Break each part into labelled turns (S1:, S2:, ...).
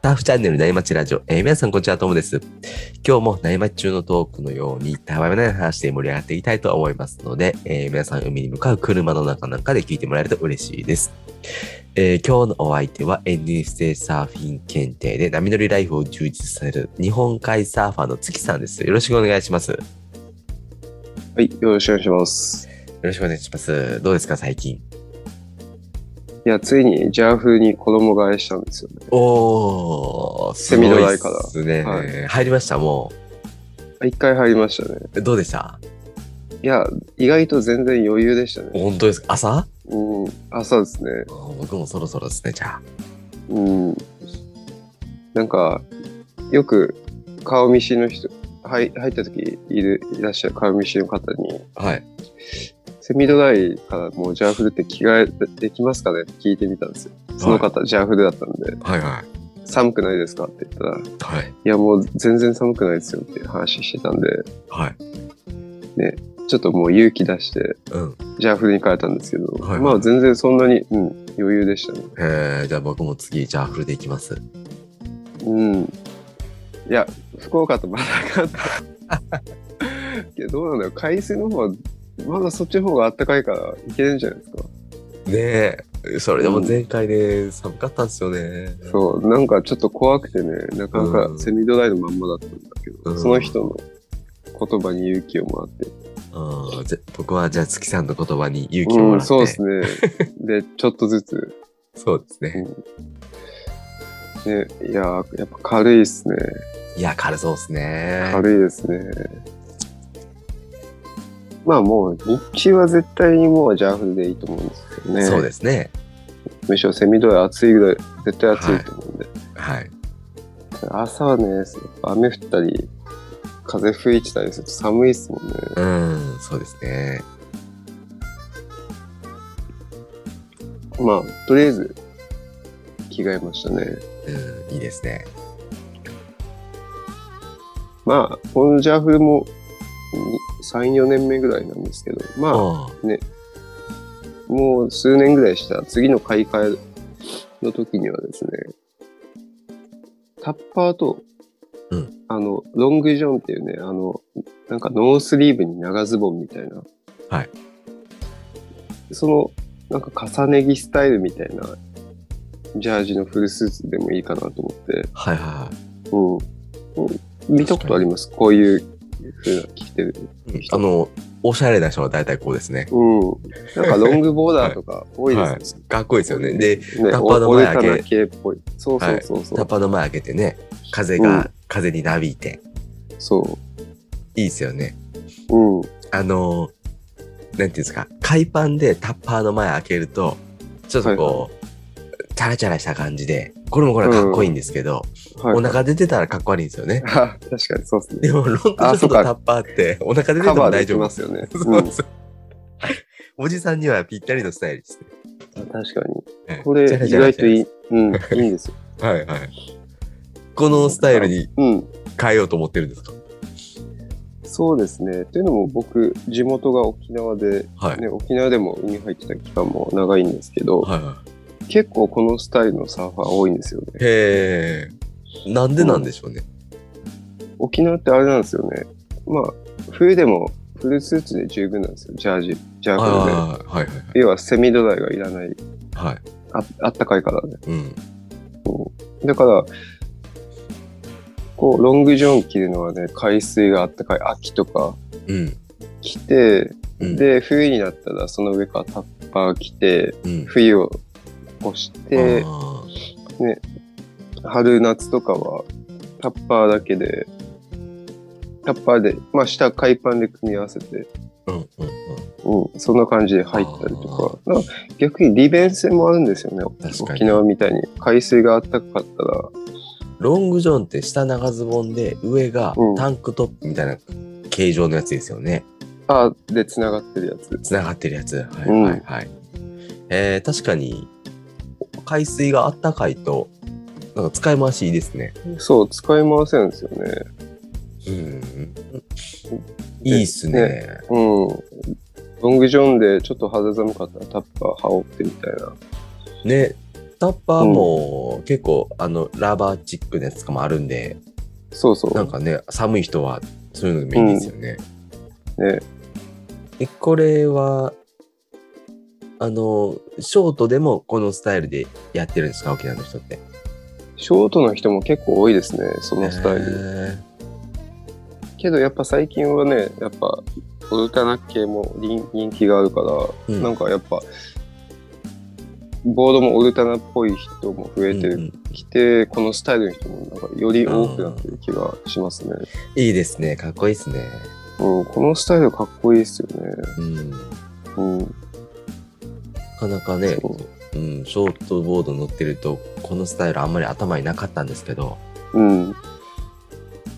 S1: ターフチャンネル内町ラジオ。えー皆さん、こんにちは、ともです。今日も内町中のトークのように、たわいもない話で盛り上がっていきたいと思いますので、えー皆さん、海に向かう車の中なんかで聞いてもらえると嬉しいです。えー今日のお相手は、エンディステサーフィン検定で波乗りライフを充実させる日本海サーファーの月さんです。よろしくお願いします。よ
S2: はい、よろしくお願いします。
S1: ろしくお願いします。どうですか、最近。
S2: いや、ついにジャーフに子供買いしたんですよね。
S1: おー、すごいですね。
S2: セミドライカ
S1: 入りました、も
S2: 一回入りましたね。
S1: う。どうでした
S2: いや、意外と全然余裕でしたね。
S1: 本当ですか朝
S2: うん、朝ですね。
S1: あー僕もそろそろですね、じゃあ。
S2: うん。なんか、よく顔見知りの人、入入った時いるいらっしゃる顔見知りの方に、
S1: はい。
S2: セミドライからもうジャーフルって着替えできますかねって聞いてみたんですよ。その方、ジャーフルだったんで、
S1: はいは
S2: 寒くないですかって言ったら、
S1: い。
S2: い
S1: はい。
S2: や、もう全然寒くないですよっていう話してたんで、
S1: はい。
S2: ちょっともう勇気出して、
S1: うん。
S2: ジャーフルに変えたんですけど、
S1: はいはい
S2: まあ全然そんなに、うん、余裕でしたね。
S1: えー、じゃあ僕も次、ジャーフルでいきます。
S2: うん。いや、福岡とまだかった。 けどどうなんだろう、海水の方は、まだそっちの方が暖かいからいけるんじゃないですか。
S1: ねえ、それでも前回ね、寒かったんですよね。
S2: そう、なんかちょっと怖くてね、なかな
S1: うん
S2: かセミドライのまんまだったんだけど、
S1: うん
S2: その人の言葉に勇気をもらって。
S1: うんぜ僕はじゃあ月さんの言葉に勇気をもらって、
S2: うん、そうですね。で、ちょっとずつ。
S1: そうですね。
S2: ね、いやー、やっぱ軽いですね。
S1: いや、軽そうですね。
S2: 軽いですね。まあもう日中は絶対にもうジャーフルでいいと思うんですけどね。
S1: そうですね。
S2: むしろセミドライ暑いぐらい、絶対暑いと思うんで。
S1: はい。
S2: 朝はね、雨降ったり、風吹いてたりすると寒いですもんね。
S1: うん、そうですね。
S2: まあ、とりあえず着替えましたね。
S1: うん、いいですね。
S2: まあ、このジャーフルも3、4年目ぐらいなんですけど、まあ、
S1: あ
S2: もう数年ぐらいした次の買い替えの時にはですね、タッパーと、
S1: うん
S2: あの、ロングジョンっていうね、あの、なんかノースリーブに長ズボンみたいな。
S1: はい。
S2: その、なんか重ね着スタイルみたいな、ジャージのフルスーツでもいいかなと思って、
S1: はいはい
S2: うん。見たことありますこういう風な着てる。
S1: はい。あの、おしゃれな人は大体こうですね。
S2: うん。なんかロングボーダーとか多いですよね。
S1: かっこいいですよね。で、
S2: ね、
S1: タッパーの前開け
S2: お折れたな系っぽい。そうそうそうそう。
S1: タッパーの前開けてね、風が、
S2: うん
S1: 風になびいて、
S2: そ
S1: いいですよね。
S2: う。うん。
S1: あのーなんていうんですか、海パンでタッパーの前開けると、ちょっとこう、チャラチャラした感じで、これもこれはかっこいいんですけど、
S2: はい。
S1: お腹出てたらかっこ悪いんですよね。
S2: あ 確かにそうですね。
S1: でも、ロングジョン
S2: あそ
S1: と
S2: うか
S1: タッパーって、お腹出てて
S2: カ
S1: も
S2: バー
S1: 大
S2: でき
S1: 丈夫。
S2: ますよね。
S1: そううんそう おじさんにはぴったりのスタイルですね。
S2: 確か
S1: はい
S2: に。これ
S1: チャラ
S2: 意
S1: チャラ
S2: 外
S1: して
S2: と
S1: る
S2: いい。うん、いいんですよ。
S1: はいはい。このスタイルに
S2: うん。
S1: 変えようと思ってるんですか
S2: そうですね。というのも僕、地元が沖縄で、
S1: はい。
S2: ね、沖縄でも海入ってた期間も長いんですけど、
S1: はいはい。
S2: 結構このスタイルのサーファー多いんですよね。
S1: へえ。なんでなんでしょうね。
S2: 沖縄ってあれなんですよね。まあ、冬でもフルスーツで十分なんですよ。ジャージ、ジャーフルで。
S1: ああ、はいはい
S2: 要はセミドライがいらない。
S1: はい。はい。
S2: ああったかいからね。
S1: うん。
S2: だから、こう、ロングジョン着るのはね、海水があったかい秋とか
S1: うん。
S2: 着て、
S1: うん、
S2: で、冬になったらその上からタッパー着て、
S1: うん、
S2: 冬を越して、
S1: あ
S2: 春夏とかはタッパーだけで、タッパーで、まあ下海パンで組み合わせて、
S1: ーうんうんうん、
S2: うん、そんな感じで入ったりとか、なんか逆に利便性もあるんですよね。
S1: 確かに
S2: 沖縄みたいに海水があったかかったら、
S1: ロングジョンって下長ズボンで上が
S2: うん
S1: タンクトップみたいな形状のやつですよね。
S2: パーで繋がってるやつ。
S1: つながってるやつ。はい
S2: うん
S1: はいはい。えー確かに海水があったかいとなんか使い回しいいですね。
S2: そう、使い回せるんですよね。
S1: うん、いいっすね。
S2: うん。ロングジョンでちょっと肌寒かったらタッパー羽織ってみたいな。
S1: ねタッパーも結構、あの、ラバーチックなやつとかもあるんで、
S2: そうそう。
S1: なんかね、寒い人はそういうのでもいいですよね。
S2: ね、
S1: で、これは、あの、ショートでもこのスタイルでやってるんですか、沖縄の人って。
S2: ショートの人も結構多いですね、そのスタイル。
S1: ル。
S2: けどやっぱ最近はねやっぱオルタナ系も人人気があるから、
S1: うん
S2: なんかやっぱボードもオルタナっぽい人も増え
S1: うんう
S2: て
S1: ん
S2: きて、このスタイルの人もなんかより多くなってる気がしますね、
S1: いいですね、かっこいいですね。
S2: うん、このスタイルかっこいいですよね、
S1: うん。な
S2: うん
S1: かなかね、
S2: そう
S1: うん、ショートボード乗ってると、このスタイルあんまり頭になかったんですけど、
S2: うん、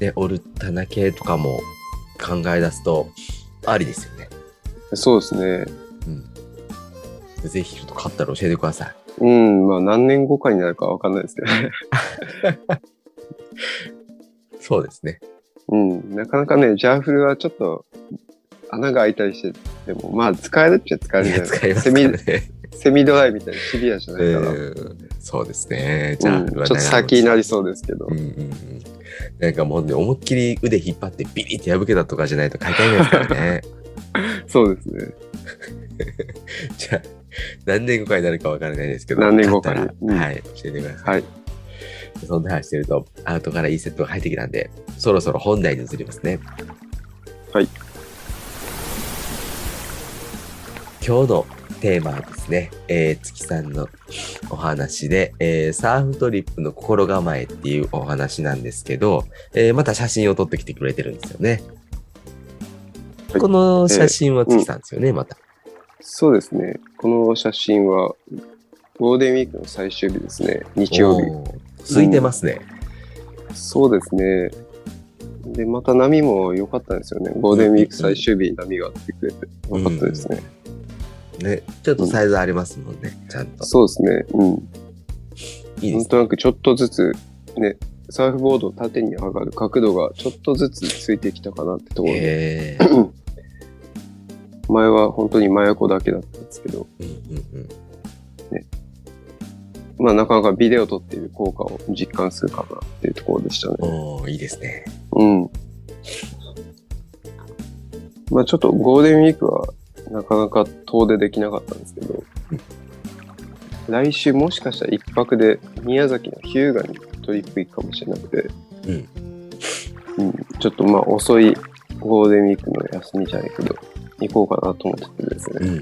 S1: で、オルタナ系とかも考え出すと、ありですよね。
S2: そうですね
S1: うん。ぜひ、ちょっと買ったら教えてくださ
S2: うんまあ何年後かになるかわかんないですけどね
S1: い。そうですね。
S2: うんなかなかねジャーフルはちょっと穴が開いたりしてでもまあ使えるっちゃ使えるじゃないですか
S1: 使います
S2: セ
S1: か
S2: ミ
S1: らね。
S2: セミドライみたいにシビアじゃないから、
S1: うんそうですね。じゃあ、
S2: うんちょっと先になりそうですけど
S1: う。んうんうん。なんかもうね、思いっきり腕引っ張ってビリって破けたとかじゃないと買い替えないですからね。
S2: そうですね。
S1: じゃあ、何年後かになるかわからないですけど、
S2: 何年後かに
S1: 買ったら
S2: うん
S1: はい、教えてください。
S2: はい。
S1: そんな話してると、アウトからいいセットが入ってきたんで、そろそろ本題に移りますね。
S2: はい。
S1: 今日のテーマはですね、えー月さんのお話で、えーサーフトリップの心構えっていうお話なんですけど、えーまた写真を撮ってきてくれてるんですよね。
S2: はい
S1: この写真は月さんですよね、また。
S2: そうですね。この写真は、ゴールデンウィークの最終日ですね。日曜日。
S1: おー空いてますね。
S2: そうですね。で、また波も良かったんですよね。ゴールデンウィーク最終日に波が来てくれて、良かったですね。
S1: ね、ちょっとサイズありますもんね、ちゃんと。
S2: そうですね。うん。
S1: いいで
S2: なん
S1: す
S2: となくちょっとずつ、ね、サーフボードを縦に上がる角度がちょっとずつついてきたかなってところで、
S1: ね。えー
S2: 前は本当に真横だけだったんですけど、
S1: うんうんうん
S2: まあ、なかなかビデオ撮っている効果を実感するかなっていうところでしたね。
S1: おーいいですね。
S2: うん。まあちょっとゴールデンウィークはなかなか遠出できなかったんですけど
S1: う、
S2: 来週もしかしたら一泊で宮崎の日向にトリップ行くかもしれなくて、
S1: うん
S2: うんちょっとまあ遅いゴールデンウィークの休みじゃないけど、行こうかなと思っててですね
S1: う。んうん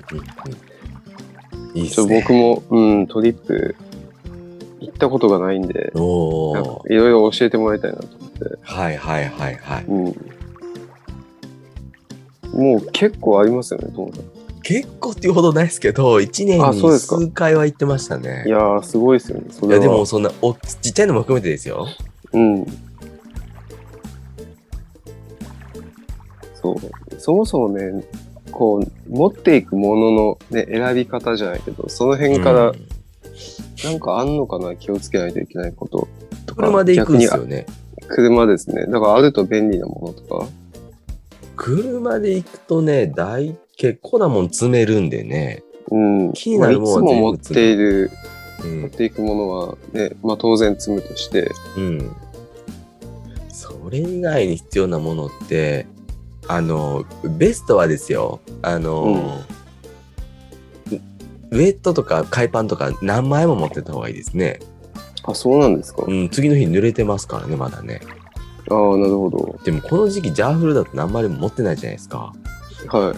S1: うん。いいで
S2: ち
S1: す
S2: ょっと
S1: ね。
S2: 僕も、うん、トリップ行ったことがないんで、
S1: お
S2: なんか
S1: お
S2: いろいろ教えてもらいたいなと思って。
S1: はいはいはいはい。
S2: うん。もう結構ありますよね、友達。
S1: 結構っていうほどないですけど、1年
S2: あそう
S1: に
S2: ですか
S1: 数回は行ってましたね。
S2: いやー、すごいですよね、そ
S1: い
S2: れ
S1: やで
S2: は。
S1: も、そんなおちっちゃいのも含めてですよ。
S2: うん。そう。そもそもね、こう、持っていくものの、ね、選び方じゃないけど、その辺から、
S1: うん
S2: なんかあんのかな、気をつけないといけないこととか。
S1: 車で行くんです
S2: 逆に
S1: よね。
S2: 車ですね。だからあると便利なものとか。
S1: 車で行くとね、大結構なもん詰めるんでね。
S2: うん。
S1: 気になるものは
S2: まあい
S1: 全
S2: つ
S1: 部
S2: も持っている、
S1: う
S2: 持
S1: ん。
S2: っていくものは、ね、まあ当然積むとして、
S1: うん。それ以外に必要なものって、あの、ベストはですよ、あの、ウウェットとか海パンとか何枚も持ってった方がいいですね。
S2: あ、そうなんですか。
S1: うん、次の日濡れてますからね、まだね。
S2: ああ、なるほ ど。
S1: でもこの時期ジャーフルだと何枚も持ってないじゃないですか。
S2: は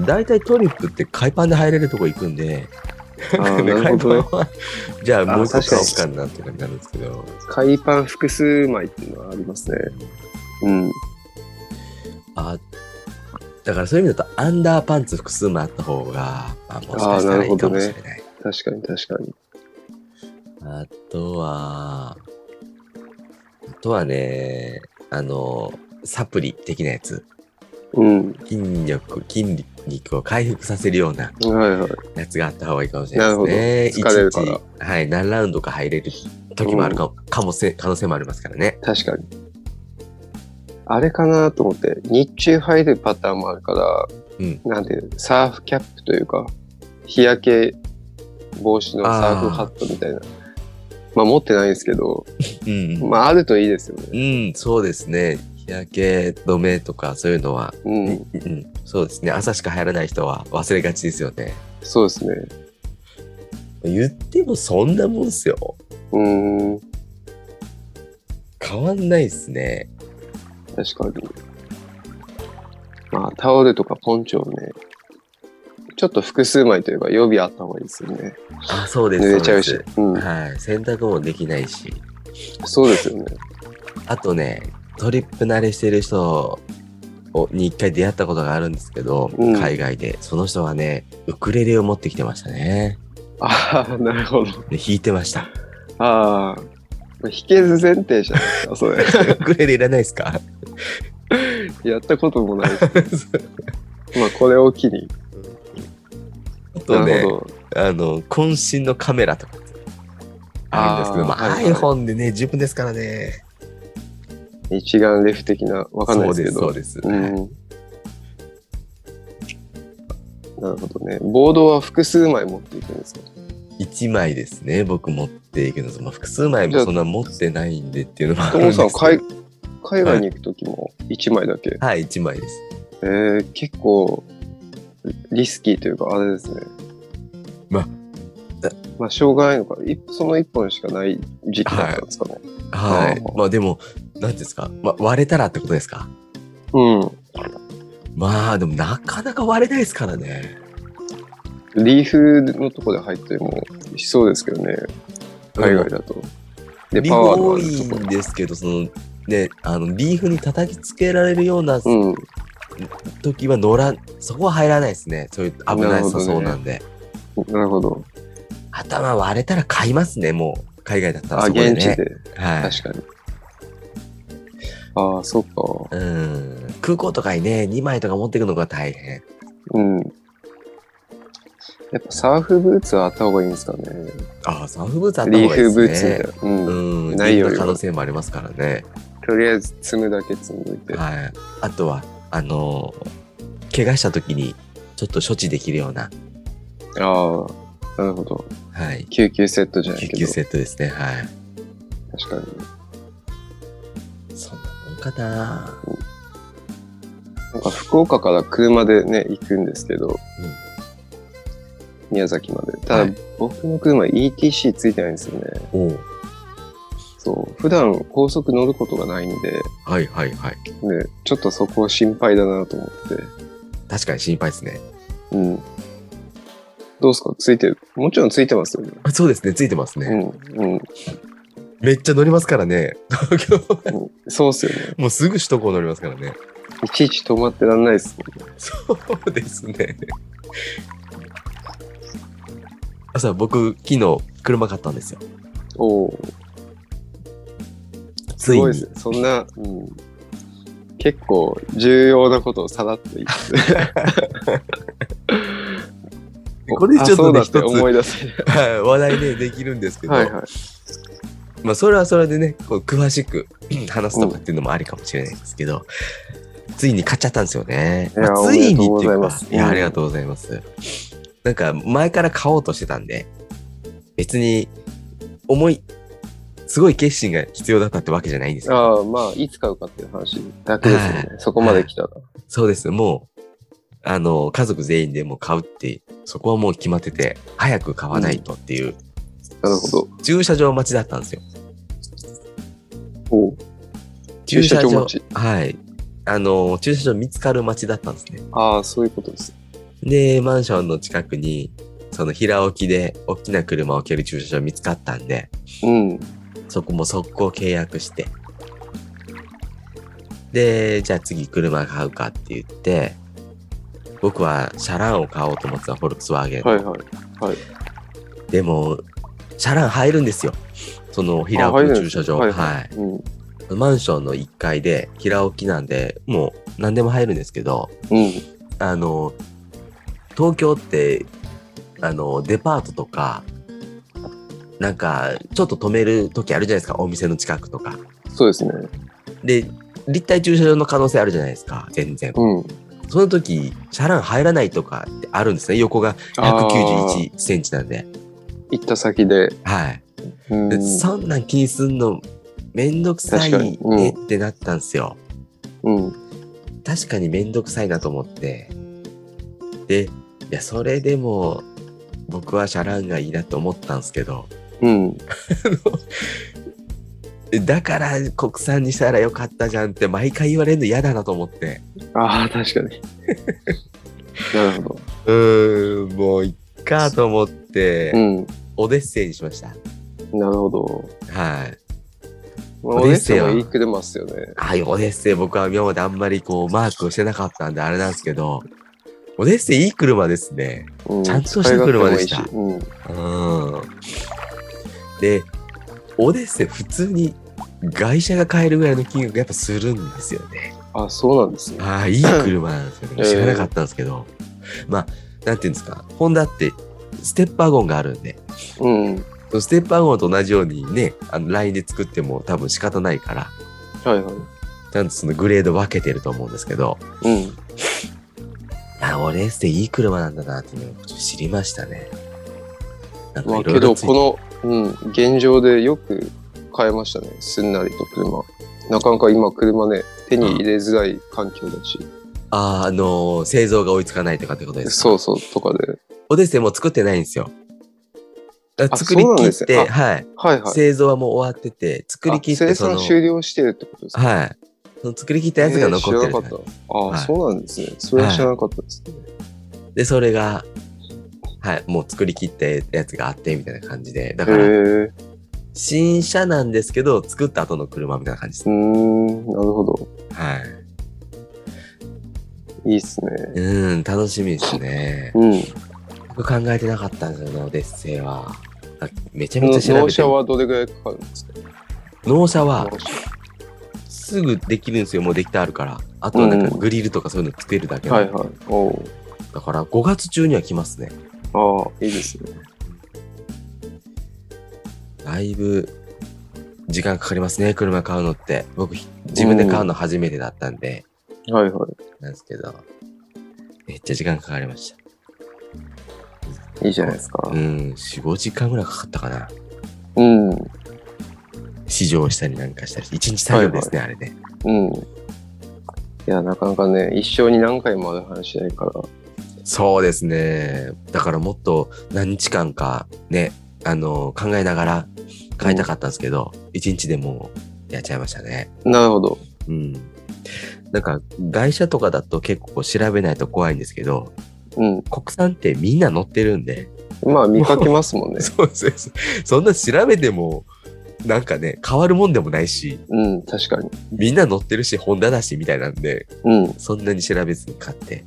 S2: い。
S1: 大体トリップって海パンで入れるとこ行くんで、
S2: あ ー
S1: で
S2: なるほど
S1: 海
S2: ね
S1: パンはじゃあもう一個
S2: あー確か
S1: 買お
S2: に
S1: うかなとかになるんですけど、
S2: 海パン複数枚っていうのはありますね。うん。
S1: あだからそういう意味だとアンダーパンツ複数もあった方が、まあ、もしかしたらいいかもしれない。
S2: 確かに確かに。
S1: あとは、あとはね、あの、サプリ的なやつ。
S2: うん。
S1: 筋力、筋肉を回復させるような
S2: はいはい。
S1: やつがあった方がいいかもしれないですね。
S2: なるほど
S1: 一
S2: 疲れ
S1: 日
S2: る
S1: はい、何ラウンドか入れる時もあるか,、かもせ、可能性もありますからね。
S2: 確かに。あれかなと思って、日中入るパターンもあるから、
S1: うん
S2: なんていう、サーフキャップというか、日焼け防止のサーフハットみたいな。まあ持ってないですけど、
S1: うん
S2: まああるといいですよね。
S1: うん、そうですね。日焼け止めとかそういうのは、
S2: うん。
S1: うん、そうですね。朝しか入らない人は忘れがちですよね。
S2: そうですね。
S1: 言ってもそんなもんっすよ。
S2: うーん。
S1: 変わんないっすね。
S2: 確かに。まあタオルとかポンチョをね、ちょっと複数枚というか予備あった方がいいですよね。
S1: あ、そうです。
S2: 濡れちゃう
S1: そで。
S2: しう
S1: す
S2: ん。
S1: はい。洗濯もできないし。
S2: そうですよね。
S1: あとね、トリップ慣れしてる人をに一回出会ったことがあるんですけど、
S2: うん
S1: 海外で。その人はね、ウクレレを持ってきてましたね。
S2: ああ、なるほど。
S1: で弾いてました。
S2: ああ。弾けず前提じゃないですか、それ。
S1: ウクレレいらないですか
S2: やったこともないし。まあこれを機に。
S1: あと
S2: な
S1: ね
S2: る、ほど。
S1: あの、渾身のカメラとか。あるんですけど、
S2: あー
S1: まあ、
S2: はいはい
S1: iPhone でね、自分ですからね。
S2: 一眼レフ的な、わかんないですけど。
S1: そうです、そう
S2: う
S1: です。
S2: ん
S1: はい。
S2: なるほどね。ボードは複数枚持っていくんですか
S1: 1枚ですね、僕持っていくのと、まあ、複数枚もそんな持ってないんでっていうのもあ
S2: ト
S1: るんで
S2: モ
S1: すけ
S2: さん
S1: ど。
S2: 海、海外に行くときも1枚だけ。
S1: はい、1枚です。
S2: えー、結構、リスキーというか、あれですね。
S1: まあえ
S2: まあ、しょうがないのか。いその1本しかない時期だったんですかね。
S1: は
S2: あ
S1: い。
S2: ー
S1: まあでも、なんていうんですか、まあ、割れたらってことですかまあでもなかなか割れないですからね。
S2: うん。リーフのとこで入ってもしそうですけどね。海外だと。で、
S1: リ
S2: パ
S1: ー
S2: ワ
S1: フ
S2: ーの
S1: 多
S2: あ
S1: い
S2: るとこ
S1: んですけど、その、ね、あの、リーフに叩きつけられるような
S2: うん。
S1: 時は乗らん、そこは入らないですね。そういう危ない
S2: なるほどね
S1: そうなんで。
S2: なるほど。
S1: 頭割れたら買いますね、もう。海外だったら
S2: あ、
S1: そこで
S2: 現地
S1: ね。
S2: で。
S1: はい。
S2: 確かに。ああ、そっか。
S1: うん。空港とかにね、2枚とか持ってくのが大変。
S2: うん。やっぱサーフブーツはあった方がいいんですかね。
S1: ああ、サーフブーツあった
S2: リ
S1: 方
S2: ー
S1: がいいで
S2: フ
S1: すね。
S2: ブーツみたいな。うん。
S1: うん。
S2: ないよりは
S1: リーフの可能性もありますからね。
S2: とりあえず積むだけ積んどいて。
S1: はい。あとは、あのー怪我した時に、ちょっと処置できるような、
S2: ああ、なるほど。
S1: はい。
S2: 救急セットじゃない
S1: 救
S2: け
S1: 急
S2: ど。
S1: セットですね。はい。
S2: 確かに。
S1: そんなもんかな
S2: なんか福岡から車でね、行くんですけど、宮崎まで。ただ、
S1: はい
S2: 僕の車 ETC ついてないんですよね。
S1: おう
S2: そう。普段高速乗ることがないんで、ね、
S1: はいはいはい。
S2: ちょっとそこ心配だなと思って。
S1: 確かに心配ですね。
S2: うん。どうすかついてるもちろんついてますよね。
S1: あそうですね。ついてますね。
S2: うん。うん。
S1: めっちゃ乗りますからね。東京。
S2: そうっすよね。
S1: もうすぐ首都高乗りますからね。
S2: いちいち止まってらんないっすね。
S1: そうですね。あさ、僕、昨日、車買ったんですよ。
S2: おお。
S1: つ
S2: す
S1: い
S2: ごい
S1: に。
S2: ですね。そんな、うん。結構重要なことをさらっと言って。
S1: これでちょっとね
S2: あそうだって思い出せる。
S1: はい話題でできるんですけど、
S2: はいはい。
S1: まあ、それはそれでね、こう詳しく話すとかっていうのもありかもしれないですけど、ついに買っちゃったんですよね。
S2: い
S1: ま
S2: や
S1: あついにっていう
S2: おめでとうございま
S1: か
S2: す、
S1: いや、ありがとうございます。なんか、前から買おうとしてたんで、別に、重い、すごい決心が必要だったってわけじゃないんですよ。
S2: ああ、まあ、いつ買うかっていう話だけですよね。
S1: はい
S2: そこまで来たら。
S1: そうです。もう、あの、家族全員でもう買うって、そこはもう決まってて、早く買わないとっていう、
S2: なるほど。
S1: 駐車場待ちだったんですよ。
S2: おう駐車場待ち
S1: はい。あの、駐車場見つかる待ちだったんですね。
S2: ああ、そういうことです。
S1: で、マンションの近くに、その平置きで大きな車を置ける駐車場見つかったんで、
S2: うん。
S1: そこも速攻契約して。で、じゃあ次車買うかって言って、僕はシャランを買おうと思ってたフォルクスワーゲン。
S2: はいはい。
S1: でも、シャラン入るんですよ。その平置きの駐車場。
S2: あ入るんですね
S1: はい。
S2: うん。
S1: マンションの1階で平置きなんで、もう何でも入るんですけど、
S2: うん。
S1: あの、東京って、あの、デパートとか、なんか、ちょっと止める時あるじゃないですか、お店の近くとか。
S2: そうですね。
S1: で、立体駐車場の可能性あるじゃないですか、全然。
S2: うん。
S1: その時、車ラン入らないとかってあるんですね、横が
S2: あー
S1: 191センチなんで。
S2: 行った先で。
S1: はい。
S2: うん
S1: でそんなん気にすんのめんどくさい
S2: 確かにうん
S1: ねってなったんですよ。
S2: うん。
S1: 確かにめんどくさいなと思って。で、いや、それでも僕はシャランがいいなと思ったんですけど、
S2: うん。
S1: だから国産にしたらよかったじゃんって毎回言われるの嫌だなと思って。
S2: ああ、確 かに。なるほど。
S1: うーん、もういっかと思って、
S2: うん。
S1: オデッセイにしました。
S2: なるほど。
S1: はい。
S2: まあ、
S1: オ
S2: オ
S1: デッ
S2: デッ
S1: セ
S2: セ
S1: イ
S2: イ
S1: は
S2: は言いくれますよね。
S1: ああいうオデッセイ僕は今まであんまりこうマークをしてなかったんであれなんですけど、オデッセイいい車ですね。
S2: う
S1: ちゃんとした車でした
S2: 使い勝手もいいし
S1: うん。で、オデッセイ普通に外車が買えるぐらいの金額やっぱするんですよね。
S2: うん。あ、そうなんですね。
S1: ああ、いい車なんですよね。
S2: ええ
S1: 知らなかったんですけど。まあ、なんていうんですか、ホンダってステッパーゴンがあるんで、
S2: うん。はい
S1: そのステッパーゴンと同じようにね、あのラインで作っても多分仕方ないから、
S2: はい。
S1: ちゃんとそのグレード分けてると思うんですけど、
S2: うん。
S1: あ、オレースでいい車なんだなっていうのを知りましたね。なん
S2: ま
S1: か
S2: あ、
S1: いろ
S2: け
S1: いろ
S2: ど、
S1: ついて
S2: この、うん、現状でよく買えましたね。すんなりと車。なかなか今、車ね、手に入れづらい環境だし。
S1: あー、あのー製造が追いつかないとかってことですか。
S2: そうそう、とかで。
S1: オデッセイもう作ってないんですよ。だから
S2: あ
S1: 作り
S2: そうなん
S1: 切
S2: で
S1: っ
S2: す
S1: て、
S2: ね
S1: はい、
S2: はいはい。
S1: 製造はもう終わってて、作り切っ
S2: あ
S1: て
S2: 生
S1: その、
S2: 産終了してるってことですか
S1: はい。その作り切ったやつが残ってる
S2: えー
S1: じ
S2: 知
S1: ゃ
S2: ら
S1: な
S2: ないか
S1: で
S2: った。ああ、
S1: はい
S2: そうなんですね。それは知らなかったですね。
S1: それが、はい、もう作り切ったやつがあって、みたいな感じで。だ
S2: へえ
S1: から、
S2: ー。
S1: 新車なんですけど、作った後の車みたいな感じ
S2: うー
S1: で
S2: ん、なるほど。
S1: す。はい。
S2: いいっすね。
S1: うん、楽しみですね。
S2: うん。
S1: 僕考えてなかったんですよね、オデッセイは。あめちゃめちゃ調べてる
S2: 納車はどれぐらいかかるんですか
S1: 納車は
S2: 納車
S1: すぐできるんですよ、もうできてあるから。あとはなんかグリルとかそういうの作れるだけなん
S2: は
S1: で
S2: いはい。おう
S1: だから5月中には来ますね。
S2: ああ、いいですね。
S1: だいぶ時間かかりますね、車買うのって。僕、ひ自分で買うの初めてだったんで、
S2: はいは
S1: なんですけど、めっちゃ時間かかりまし
S2: い。いいじゃないですか
S1: た。う。ん、4、5時間ぐらいかかったかな。
S2: うん。うん。
S1: 試乗したりなんかしたり、1日作業ですね、あれね。
S2: いや、なかなかね、一生に何回もある話しないから。
S1: そうですね。だからもっと何日間かね、あの、考えながら買いたかったんですけど、1日でもうやっちゃいましたね。
S2: なるほど。
S1: うん。なんか、外車とかだと結構調べないと怖いんですけど、
S2: うん。
S1: 国産ってみんな乗ってるんで、
S2: まあ、見かけますもん ね。
S1: そうそうそう。そんな調べても、なんかね、変わるもんでもないし、
S2: うん、確かに。
S1: みんな乗ってるし、ホンダだし、みたいなんで、
S2: うん。
S1: そんなに調べずに買って。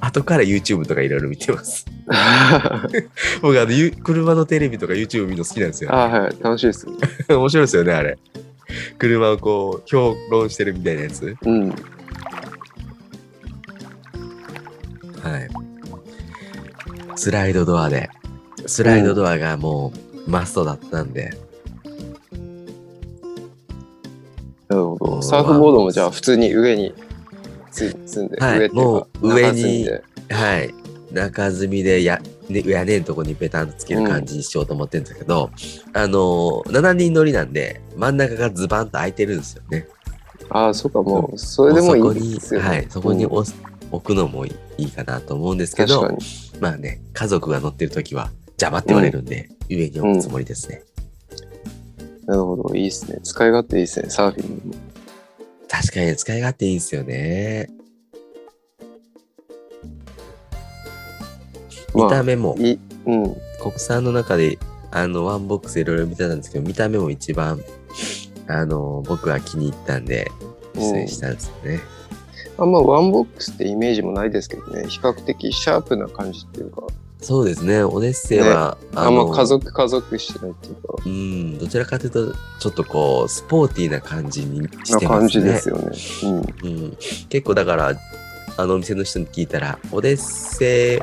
S1: 後から YouTube とかいろいろ見てます。
S2: あ
S1: 僕、あの、ゆ車のテレビとか YouTube 見るの好きなんですよ。
S2: あ、はい。楽しいですね。
S1: 面白いですよね、あれ。車をこう、評論してるみたいなやつ。
S2: うん。
S1: はい。スライドドアで。スライドドアがもう、マストだったんで。
S2: なるほど。サーフボードもじゃあ普通に上につ積んで、
S1: はい
S2: 上っていうか
S1: もう上に
S2: 中積んで
S1: はい。中積みでや、ね、屋根のとこにペタンとつける感じにしようと思ってるんですけど、あのー、7人乗りなんで、真ん中がズバンと空いてるんですよね。
S2: ああ、そうか、もうそれでも
S1: う
S2: いいです
S1: そこ
S2: よ、
S1: に、
S2: ね。
S1: はい、そこに
S2: うん
S1: 押す置くのもいいいいかなと思うんですけ
S2: 確か
S1: ど、
S2: に。
S1: まあね、家族が乗ってるときは邪魔って言われるんで、上に置くつもりですね。
S2: なるほど、いいですね。使い勝手いいですね、サーフィンにも。
S1: 確かに使い勝手いいんですよね。見た
S2: ま
S1: 目も
S2: あ、、いうん。
S1: 国産の中で、あの、ワンボックスいろいろ見てたんですけど、見た目も一番、あの、僕は気に入ったんで、出演したんですよね。
S2: あんまワンボックスってイメージもないですけどね、比較的シャープな感じっていうか、
S1: そうですね、オデッセイは、
S2: あんま家族家族してないっていうか、
S1: うん、どちらかというと、ちょっとこう、スポーティーな感じにし
S2: な
S1: てますね。
S2: 感じですよね。うん。
S1: うん、結構だから、あの、お店の人に聞いたら、オデッセイ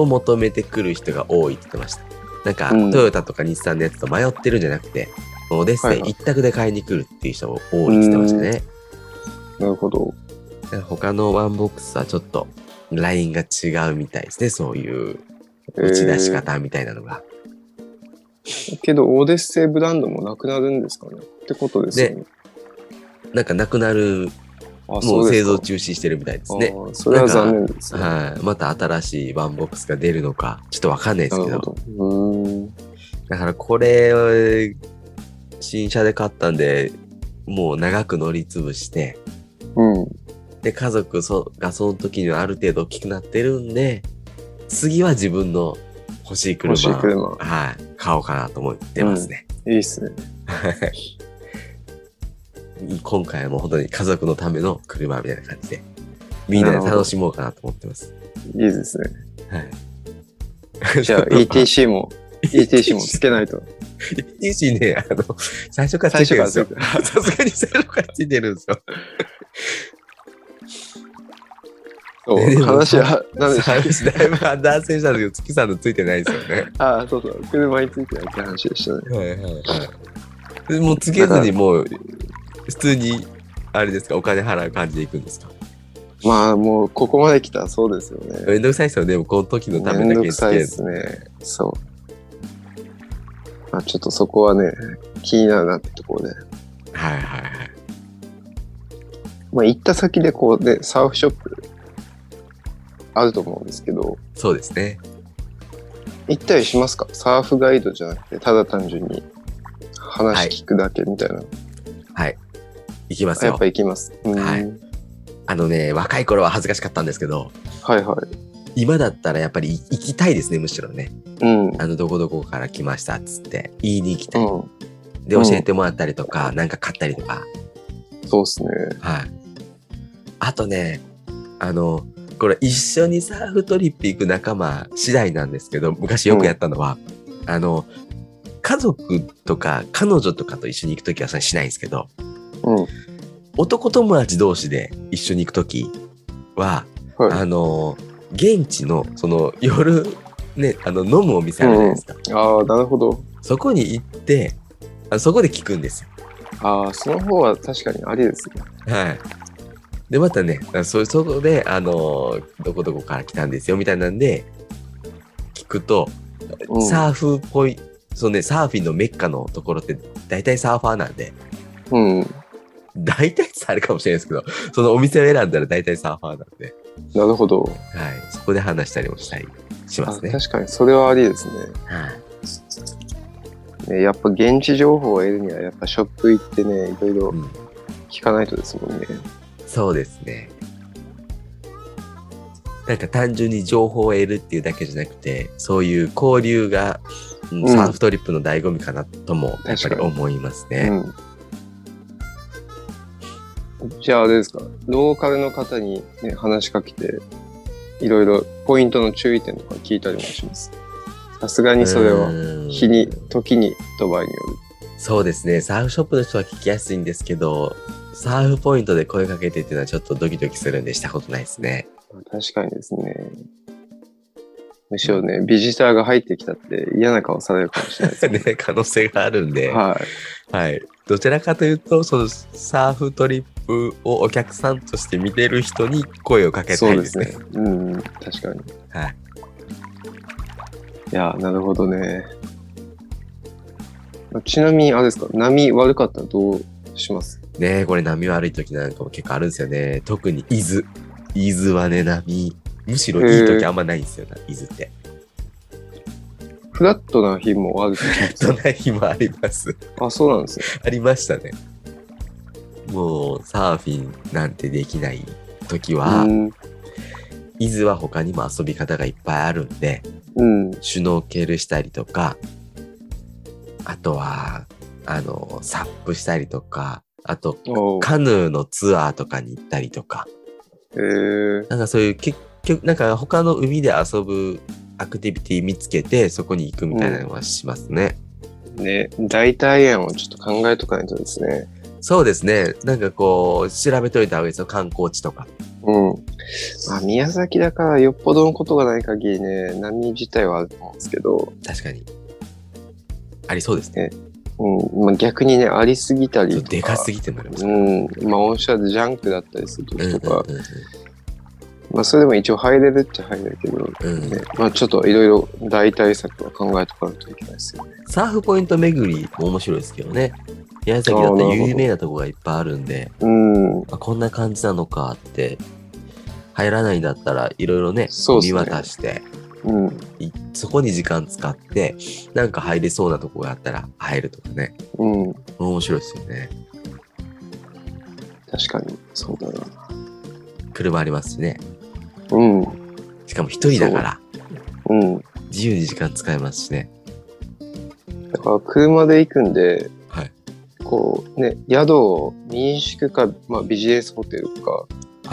S1: を求めてくる人が多いって言ってました。なんか、
S2: うん
S1: トヨタとか日産のやつと迷ってるんじゃなくて、オデッセ
S2: はい
S1: イ
S2: はい
S1: 一択で買いに来るっていう人が多いって言ってましたね。
S2: なるほど。
S1: だから他のワンボックスはちょっと、ラインが違うみたいですね。そういう打ち出し方みたいなのが。
S2: えけど、オーデッセイブランドもなくなるんですかねってことですよね。
S1: なんかなくなる、
S2: あ
S1: もう製造
S2: で
S1: 中止してるみたいですす
S2: か
S1: ね。
S2: あーそれは残念ですね。
S1: はい。また新しいワンボックスが出るのか、ちょっとわかんないで
S2: な
S1: すけど。
S2: るほど。うーん。
S1: だからこれ、新車で買ったんで、もう長く乗り潰して、
S2: うん。
S1: で、家族そがその時にはある程度大きくなってるんで、次は自分の欲しい車、
S2: 欲しい車。
S1: はい、買おうかなと思ってますね。
S2: いいっすね。
S1: 今回はもう本当に家族のための車みたいな感じで、みんなで楽しもうかなと思ってます。
S2: いいですね。
S1: はい。
S2: じゃあ ETC も、ETC もつけないと。
S1: ETC ね、あの、最初から
S2: 最
S1: ついて
S2: 初
S1: る
S2: か
S1: ん
S2: ら
S1: です
S2: つい
S1: よ
S2: て。
S1: さ
S2: る。
S1: すがに最初からついてるんですよ。
S2: そう、話は、なんでし
S1: だ
S2: た
S1: い
S2: っけ
S1: ぶ断線したんですけど、月さんのついてないですよね。
S2: ああ、そうそう。車についてないって話でしたね。
S1: はいはいはい。でもうつけずにもう、普通に、あれですか、お金払う感じでいくんですか。
S2: まあ、もう、ここまで来たらそうですよね。
S1: めんどくさいですよね、でもこの時のた
S2: め
S1: め
S2: ん
S1: だ
S2: ど
S1: け
S2: く
S1: つ
S2: さい
S1: け
S2: で
S1: る。
S2: すね。そう。まあ、ちょっとそこはね、気になるなってところで。
S1: はいはいはい。
S2: まあ、行った先でこう、で、サーフショップ、あると思うんですけど、
S1: そうですね。
S2: 行ったりしますかサーフガイドじゃなくて、ただ単純に話聞くだけみたいな。
S1: いきます
S2: やっ
S1: よ
S2: ぱ。行きます。うん
S1: はいあのね、若い頃は恥ずかしかったんですけど、
S2: はいはい。
S1: 今だったらやっぱり行きたいですね、むしろね。
S2: うん。
S1: あの、どこどこから来ましたっつって、言いに行きたい。
S2: う
S1: で、教えてもらったりとか、なんか買ったりとか。
S2: ん。そうですね。
S1: はい。あとね、あの、これ一緒にサーフトリップ行く仲間次第なんですけど、昔よくやったのは、あの、家族とか彼女とかと一緒に行くときはそれしないんですけど、
S2: うん。
S1: 男友達同士で一緒に行くときは、
S2: はい
S1: あの、現地の、その、夜、ね、あの、飲むお店あるじゃないですか。
S2: ああ、なるほど。
S1: そこに行って、あそこで聞くんですよ。
S2: ああ、その方は確かにありですね。
S1: はい。で、またね、あそ、そこで、あの、どこどこから来たんですよ、みたいなんで、聞くと、
S2: うん
S1: サーフっぽい、そうね、サーフィンのメッカのところって、大体サーファーなんで、
S2: うん。
S1: 大体あれかもしれないですけど、そのお店を選んだら大体サーファーなんで、
S2: なるほど。
S1: はい。そこで話したりもしたりしま
S2: あ
S1: すね。
S2: 確かに、それはありです
S1: はい。
S2: ねね。やっぱ現地情報を得るには、やっぱショップ行ってね、いろいろ
S1: うん
S2: 聞かないとですもんね。
S1: そうですね。なんか単純に情報を得るっていうだけじゃなくて、そういう交流が、うん
S2: うん
S1: サーフトリップの醍醐味かなとも、やっぱ
S2: 確
S1: り
S2: かに
S1: 思いますね。
S2: うん。じゃあ、あれですか、ローカルの方に、ね、話しかけて、いろいろポイントの注意点とか聞いたりもします。さすがにそれ
S1: う
S2: は、
S1: ーん
S2: 日に、時に、と場合による。
S1: そうですね。サーフショップの人は聞きやすいんですけど、サーフポイントで声かけてっていうのはちょっとドキドキするんでしたことないですね。
S2: 確かにですね。むしろね、ビジターが入ってきたって嫌な顔されるかもしれないですね。
S1: ね可能性があるんで、は
S2: はい。
S1: い、どちらかというと、そのサーフトリップをお客さんとして見てる人に声をかけた
S2: そ
S1: いうで
S2: ですす
S1: ね。
S2: ね。うん、確かに。
S1: はい。
S2: いやー、なるほどね。ちなみに、あれですか、波悪かったらどうします
S1: ねえ、これ波悪い時なんかも結構あるんですよね。特に伊豆。伊豆はね、波。むしろいい時あんまないんですよな、伊豆って。
S2: フラットな日もある時で す
S1: そんな日もあります。
S2: あ、そうなんですね。
S1: ありましたね。もう、サーフィンなんてできない時は、
S2: うん。
S1: 伊豆は他にも遊び方がいっぱいあるんで、
S2: うん。
S1: シュノーケルしたりとか、あとは、あの、サップしたりとか、あと、
S2: おう
S1: カヌーのツアーとかに行ったりとか、
S2: えー、
S1: なんかそういう結局、なんか他の海で遊ぶアクティビティ見つけてそこに行くみたいなのはしますね。
S2: ね、代替案をちょっと考えとかないとですね。
S1: そうですね。なんかこう、調べといた方がいいですよ。観光地とか。
S2: うん。まあ、宮崎だからよっぽどのことがない限りね、波自体はあると思うんですけど、
S1: 確かに。ありそうですね。
S2: うん。まあ、逆にね、ありすぎた
S1: ちょっ
S2: りと
S1: と
S2: か。
S1: でかすぎてもあります
S2: うん。まあ、御社でジャンクだったりする
S1: うんうん
S2: 時
S1: う
S2: とか
S1: ん、うん
S2: まあ、それでも一応入れるっちゃ入れるけど、
S1: うん
S2: ね、まあ、ちょっといろいろ代替策は考えとかないといけないですよね。
S1: サーフポイント巡りも面白いですけどね。宮崎だったら有名なとこがいっぱいあるんで、
S2: うん。
S1: あこんな感じなのかって、入らないんだったらいろいろね、
S2: そうっす
S1: 見
S2: ね
S1: 渡して、
S2: うん。
S1: いそこに時間使って、なんか入れそうなとこがあったら入るとかね。
S2: うん。
S1: 面白いですよね。
S2: 確かに。そうだな。
S1: 車ありますしね。
S2: うん。
S1: しかも一人だから、
S2: うん。
S1: 自由に時間使えますしね。
S2: だから、車で行くんで、
S1: はい。
S2: こうね、宿を民宿か、まあ、ビジネスホテルか、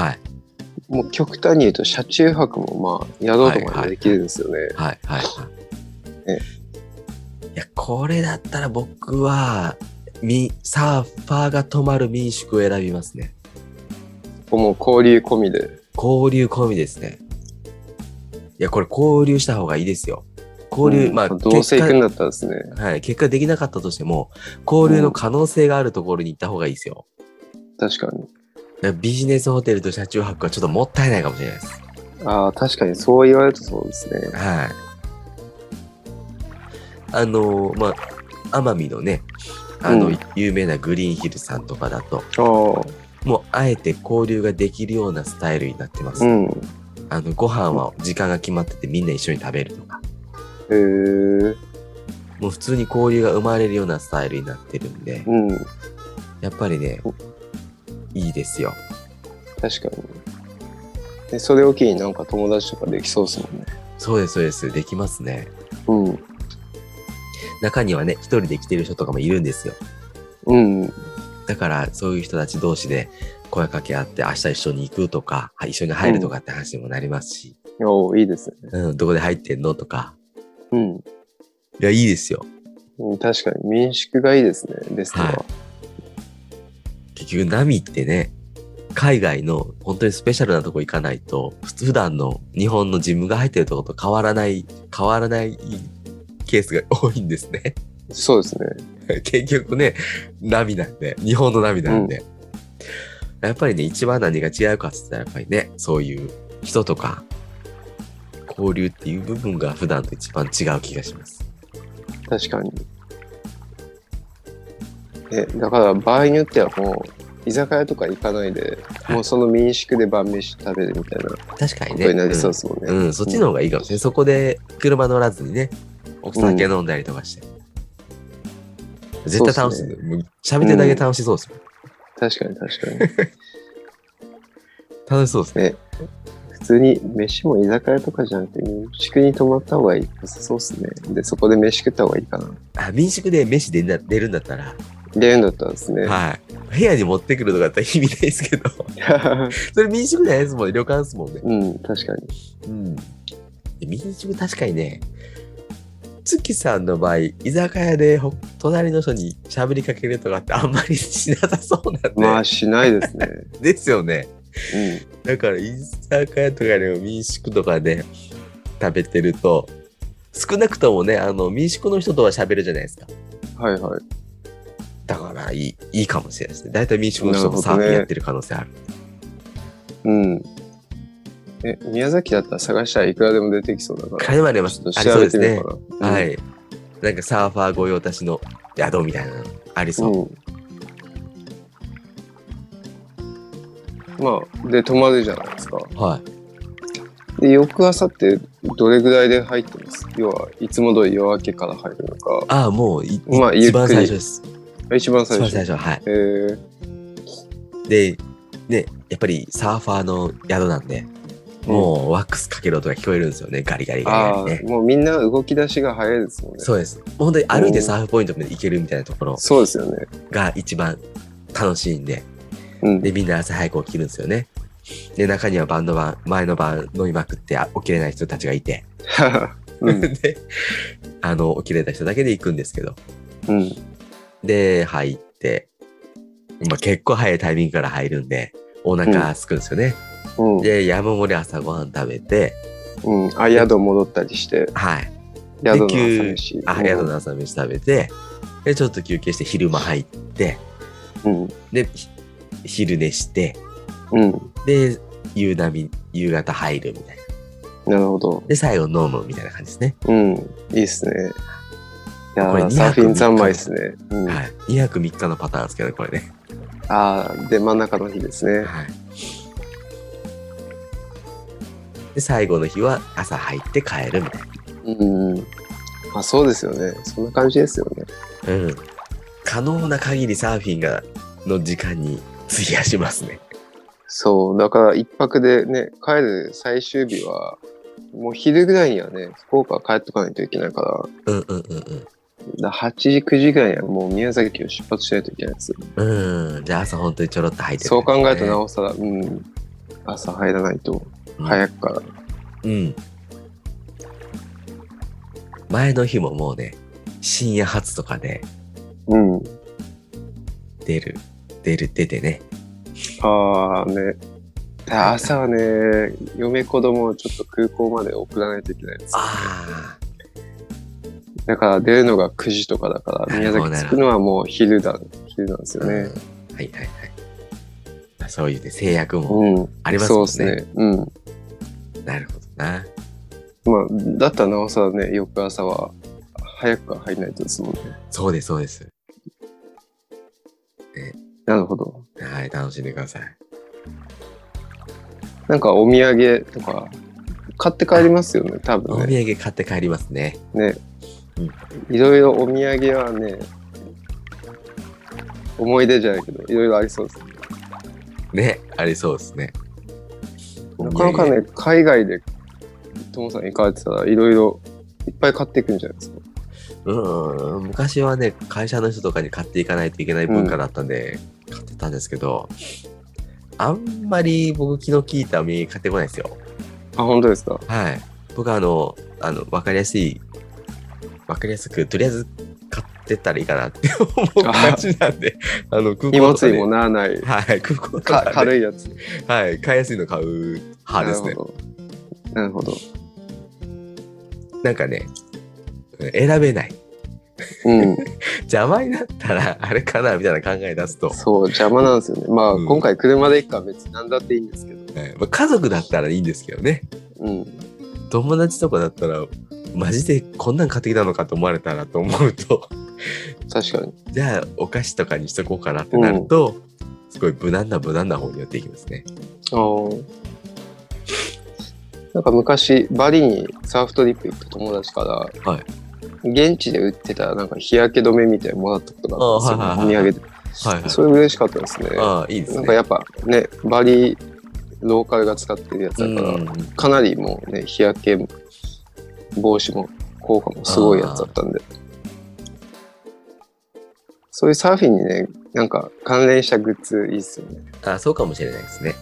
S1: はい。
S2: もう極端に言うと車中泊もまあ宿とかでできるんですよね。
S1: はい。はい。は
S2: え
S1: い。いや、これだったら僕は、みサーファーが泊まる民宿を選びますね。
S2: もう交流込みで。
S1: 交流込みですね。いや、これ交流した方がいいですよ。交流、
S2: ん
S1: まあ、
S2: どうせ行くんだったらですね。
S1: 結果はい、結果できなかったとしても、交流の可能性があるところに行った方がいいですよ。
S2: 確かに。
S1: だからビジネスホテルと車中泊はちょっともったいないかもしれないです。
S2: ああ、確かにそう言われるとそうですね。
S1: はい。あのーまあ、奄美のね、あの、
S2: うん
S1: 有名なグリーンヒルさんとかだと、
S2: ああ、
S1: もうあえて交流ができるようなスタイルになってます。
S2: うん。へ
S1: あの、ご飯は時間が決まっててみんな一緒に食べるとか。
S2: え。
S1: もう普通に交流が生まれるようなスタイルになってるんで、
S2: うん。
S1: やっぱりね
S2: お、
S1: いいですよ。
S2: 確かに。でそれを機になんか友達とかできそうです
S1: そうです、そうです。できますね。
S2: もんね。
S1: 中にはね、一人で来てる人とかもいるんですよ。
S2: うん。うん。
S1: だから、そういう人たち同士で声かけ合って、明日一緒に行くとか、はい一緒に入るとかって話にもなりますし、
S2: おおいいですね。
S1: うん、どこで入ってんのとか。
S2: うん
S1: いや、いいですよ。
S2: うん。確かに民宿がいいですね、ベストは。
S1: 結局、ナミってね、海外の本当にスペシャルなとこ行かないと、普通普段の日本のジムが入ってるとこと変わらない、変わらないケースが多いんですね。
S2: そうです ね。
S1: 結局ね、ナミなんで、日本のナミなんで。やっぱりね、一番何が違うかって言ったら、やっぱりね、そういう人とか、交流っていう部分が普段と一番違う気がします。
S2: 確かに。え、だから場合によってはもう、居酒屋とか行かないで、
S1: い
S2: もうその民宿で晩飯食べるみたいなこ
S1: 確かに
S2: と
S1: ね。
S2: になりそうですもんね。
S1: うん、そっちの方がいいかもしれない。そこで車乗らずにね、お酒飲んだりとかして。絶対楽しい。
S2: そうっ
S1: もう喋ってるだけ楽しそうですもん。
S2: 確かに確かに。
S1: 楽しそうですね。
S2: 普通に飯も居酒屋とかじゃなくて、民宿に泊まった方が良さそうですね。で、そこで飯食った方がいいかな。
S1: あ、民宿で飯出んだ出るんだったら、
S2: 出るんだったらですね。
S1: はい。部屋に持ってくるとかだったら意味ないですけど、それ民宿じゃないですもんね。旅館ですもんね。
S2: うん、確かに。
S1: うん。で民宿確かにね、月さんの場合、居酒屋でほ隣の人に喋りかけるとかってあんまりしなさそうなんで、
S2: まあ、しないですね。
S1: ですよね。だから居酒屋とかでも民宿とかで食べてると少なくともねあの民宿の人とは喋るじゃないですか
S2: うん。はいはい。
S1: だからいいいいかもしれないですね大体民宿の人もサー
S2: な
S1: フィ
S2: るほど
S1: ン
S2: ね
S1: やってる可能性ある
S2: うん。え、宮崎だったら探したらいくらでも出てきそうだから。
S1: 金はありま
S2: ち
S1: す
S2: ょっと
S1: ありそう
S2: 調べ
S1: で
S2: て
S1: す
S2: み
S1: ね
S2: ようかな。
S1: は
S2: うん。
S1: いなんかサーファー御用達の宿みたいなのありそう、
S2: うん。まあ、で、泊まるじゃないですか。
S1: はい
S2: で、翌朝ってどれぐらいで入ってます要は、いつも通り夜明けから入るのか。
S1: ああもうい、
S2: まあ
S1: い一
S2: ゆっくり
S1: 番最初です
S2: 一番
S1: 一
S2: 最
S1: 番最
S2: 初。
S1: 初はい
S2: えー、
S1: でねやっぱりサーファーの宿なんでもうワックスかける音が聞こえるんですよねガリガリガリ
S2: あ
S1: ガリね
S2: あ、もうみんな動き出しが早いですもんね。
S1: そうです。本当に歩いて
S2: うん
S1: サーフポイントまで行けるみたいなところ
S2: そうですよね。
S1: が一番楽しいんで、
S2: うん。
S1: で、みんな朝早く起きるんですよね。で、中にはバンド晩、前の晩飲みまくってあ起きれない人たちがいて、
S2: うん。
S1: で、あの、起きれた人だけで行くんですけど、
S2: うん。
S1: で、入って、まあ、結構早いタイミングから入るんで、お腹空くんですよね。
S2: うん。
S1: で、山盛り朝ごはん食べて、
S2: うん。あ、宿戻ったりして、
S1: はい。
S2: 宿の朝
S1: 休
S2: 飯。
S1: あ、宿の朝飯食べて、で、ちょっと休憩して昼間入って、
S2: うん。
S1: で、ひ昼寝して、
S2: うん。
S1: で、夕波夕方入るみたいな。
S2: なるほど。
S1: で、最後飲むみたいな感じですね。
S2: うん。いいっすね。いや
S1: これ
S2: ー、
S1: 200
S2: サーフィン三昧ですね。うん、
S1: はい。2泊3日のパターンですけどね、これね。
S2: ああ、で、真ん中の日ですね。
S1: はい。で、最後の日は朝入って帰るみたい
S2: うん。まあ、そうですよね。そんな感じですよね。
S1: な。うん。可能な限りサーフィンが、の時間に費やしますね。
S2: そう、だから一泊でね、帰る最終日は、もう昼ぐらいにはね、福岡帰っとかないといけないから、
S1: うんうんうん
S2: だから8時、9時ぐらいにはもう宮崎を出発しないといけないです。
S1: うん。うん。じゃあ朝本当にちょろっと入って
S2: そう考えるとなおさら、うん、朝入らないと
S1: うん
S2: 早くから。
S1: うん。前の日ももうね、深夜発とかで
S2: うん。
S1: 出る、出る、出てね。
S2: ああね。だから朝はね、嫁子供をちょっと空港まで送らないといけないです。
S1: あ
S2: だから出るのが9時とかだから、
S1: なる
S2: 宮
S1: ほど
S2: 崎着くのはもう昼だ、昼なんです
S1: あ、
S2: よね。
S1: うんはいはいはいまあ。そういうね、制約も
S2: うん。
S1: あります
S2: そう
S1: もん
S2: で
S1: ね。
S2: すね。うん。
S1: なるほどな。
S2: まあ、だったらなおさらね、翌朝は早くから入んないとですもんね。
S1: そうです、そうです。
S2: なるほど。
S1: はい、楽しんでください。
S2: なんかお土産とか、買って帰りますよね、多
S1: お土
S2: 分ね。
S1: 産買って帰りますね。
S2: ね
S1: うん。
S2: いろいろお土産はね、思い出じゃないけど、いろいろありそうです。
S1: ね、ありそうですね。
S2: なかなかね、海外で、ともさん行かれてたら、いろいろいっぱい買っていくんじゃないですか。
S1: うん、昔はね、会社の人とかに買っていかないといけない文化だったんで、買ってたんですけど、あんまり僕気の利いたお土産買ってこないですよ。
S2: あ、本当ですか。
S1: はい。僕はあの、あの、わかりやすい、わかりやすく、とりあえず買ってったらいいかなって思う感じなんで、あの、空
S2: 荷
S1: 港と
S2: 物
S1: か
S2: に
S1: で
S2: もならない、
S1: はい、空港と
S2: か
S1: かで、
S2: 軽いやつ。
S1: はい、買いやすいの買う派ですね
S2: なる。ほど。なる ほど。
S1: なんかね、選べない。
S2: うん。
S1: 邪魔になったら、あれかなみたいな考え出すと、
S2: そう、邪魔なんですよね。まあ、
S1: うん
S2: 今回車で行くから別に何だっていいんですけ
S1: は
S2: ど。
S1: いまあ家族だったらいいんですけどね。
S2: うん。
S1: 友達とかだったらマジでこんなん買ってきたのかと思われたらと思うと
S2: 確かに。
S1: じゃあお菓子とかにしとこうかなってなると、すごい無難な無難な方に寄っていきますね。
S2: あーなんか昔、バリにサーフトリップ行く友達から、
S1: はい
S2: 現地で売ってたなんか日焼け止めみたいなのもらったことがあったんです
S1: あー
S2: よ、
S1: はいはいはい
S2: お土産
S1: はい
S2: で。それ嬉しかったですね。
S1: ああいいです
S2: なん
S1: ね。
S2: かやっぱね、バリローカルが使ってるやつだから、
S1: うん
S2: かなりもうね、日焼け防止も効果もすごいやつだったんで。そういうサーフィンにね、なんか関連したグッズいいっすよね。
S1: あそうかもしれないですね。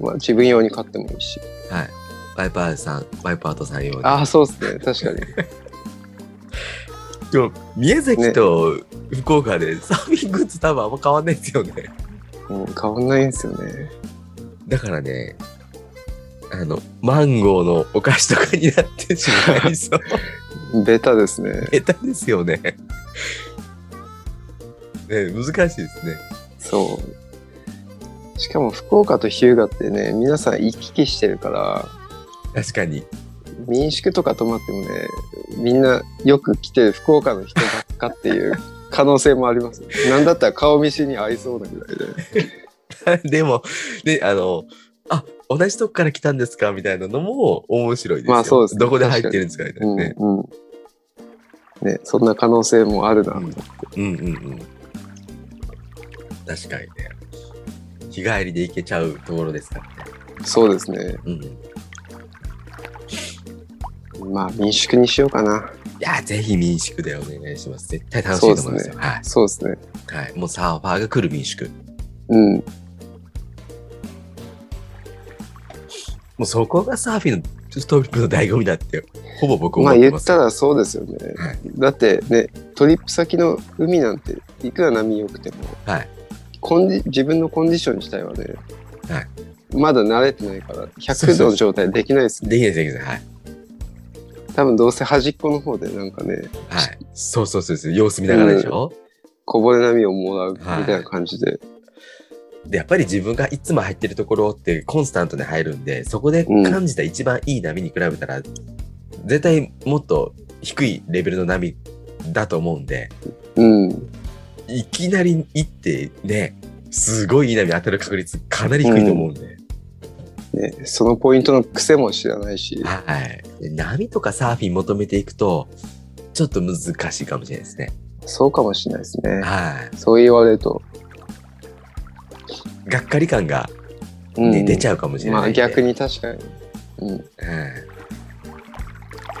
S2: まあ自分用に買ってもいいし。
S1: はい。ワイパーさん、ワイパートさん用に。
S2: ああ、そうっすね。確かに。
S1: でも宮崎と福岡でサーフィングッズ多分あんま変わんないですよね。
S2: うん、変わんないんですよね。
S1: だからね、あの、マンゴーのお菓子とかになってしまいそう。
S2: ベタですね。
S1: 下手ですよね。ね難しいですね。
S2: そう。しかも福岡と日向ってね、皆さん行き来してるから、
S1: 確かに。
S2: 民宿とか泊まってもねみんなよく来てる福岡の人ばっかって いう可能性もありますなんだったら顔見知りに合いそうなぐらいで
S1: でも、ね、あの、あ、同じとこから来たんですかみたいなのも面白いですよ。
S2: まあそうですね
S1: どこで入ってるんですかみたいなね。
S2: うんうんねそんな可能性もあるな、
S1: うんうんうんうん。確かにね。日帰りで行けちゃうところですからね。
S2: そうですね
S1: うん。い
S2: まあ民宿にしようかな
S1: や、ぜひ民宿でお願いします。絶対楽しいと思いますよ。はい。
S2: そうですね
S1: はい。もうサーファーが来る民宿。
S2: うん
S1: もうそこがサーフィンのストリップの醍醐味だって、ほぼ僕
S2: ま
S1: 思
S2: あ
S1: って
S2: 言
S1: ま
S2: っ
S1: す。
S2: たらそうですよね、
S1: はい
S2: だってねトリップ先の海なんていくら波良くても
S1: はい。
S2: コンディ自分のコンディション自体はね、
S1: はい
S2: まだ慣れてないから
S1: そう
S2: 100
S1: そう
S2: 度の状態できないですね
S1: できないです、できないです。はい。
S2: 多分どうせ端っこの方でなんかね
S1: はい。そうそうそうそう。様子見ながらでしょ、
S2: こぼれ波をもらうみたいな感じで、
S1: で、やっぱり自分がいつも入ってるところってコンスタントに入るんで、そこで感じた一番いい波に比べたら、絶対もっと低いレベルの波だと思うんで、
S2: うん。
S1: いきなり行ってね、すごいいい波当たる確率かなり低いと思うんで。
S2: ね、そのポイントの癖も知らないし。
S1: はい。で波とかサーフィン求めていくと、ちょっと難しいかもしれないですね。
S2: そうかもしれないですね。
S1: は
S2: そう言われると。
S1: い。がっかり感が、
S2: う
S1: ね出ち
S2: ゃ
S1: ゃうかもしれ
S2: ま
S1: な
S2: あ
S1: いんで、
S2: 逆に確かに。うん。
S1: はい。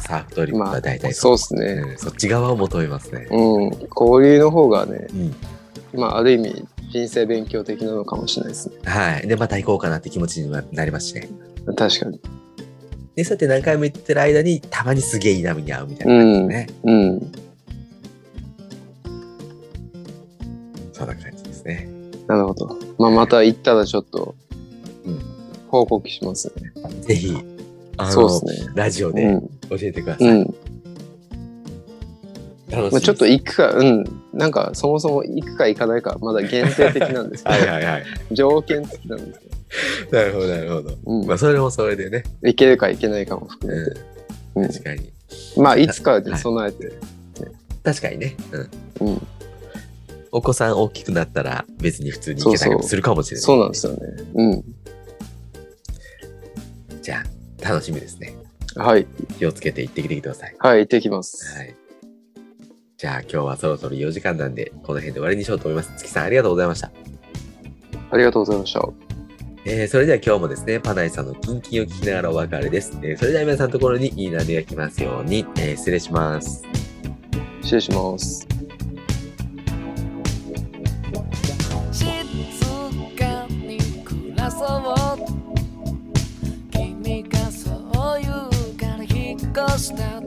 S1: サーフトリップ
S2: ま
S1: は大
S2: あ、
S1: 体
S2: そう
S1: う、
S2: ですね。
S1: うんそっち側を求めますね。
S2: うん。交流の方がね、
S1: うん。
S2: まあある意味人生勉強的なのかもしれないですね。
S1: はい。で、また行こうかなって気持ちにはなりますしね。
S2: 確かに。
S1: で、そうやって何回も行ってる間に、たまにすげえいい波に合うみたいうな感じ
S2: ん。
S1: ですね。
S2: うん。
S1: そんな感じですね。
S2: なるほど。まあまた行ったらちょっと
S1: うん、
S2: 報告しますね。
S1: ぜひ、あ
S2: そう
S1: の、
S2: ですね。
S1: ラジオ
S2: う
S1: で
S2: ん。
S1: 教えてください。
S2: うん。
S1: 楽しい
S2: ま
S1: で
S2: あ、
S1: す
S2: ちょっと行くか、うん。なんか、そもそも行くか行かないか、まだ限定的なんですけど、
S1: はいはいはい。
S2: 条件付きなんですけ
S1: なるほど、なるほど。
S2: ど、うん
S1: まあ、それもそれでね。
S2: 行けるか行けないかも含めて、
S1: うん。確かに。
S2: まあ、いつかに備えて、
S1: 確かにね。うん。
S2: うん。
S1: お子さん大きくなったら別に普通に行けたりもするかもしれない。
S2: そうなんですよね。う
S1: じゃあ、楽しみですね。
S2: ん。はい。
S1: 気をつけて行ってきてください。
S2: はい、行ってきます。
S1: はい。じゃあ今日はそろそろ4時間なんで、この辺で終わりにしようと思います。月さんありがとうございました。
S2: ありがとうございました。
S1: えーそれでは今日もですね、パナイさんのキンキンを聞きながらお別れです。えーそれでは皆さんのところにいい波が来ますように、えー失礼します。
S2: 失礼します。
S3: 静かに暮らそう君がそう言うから引っ越した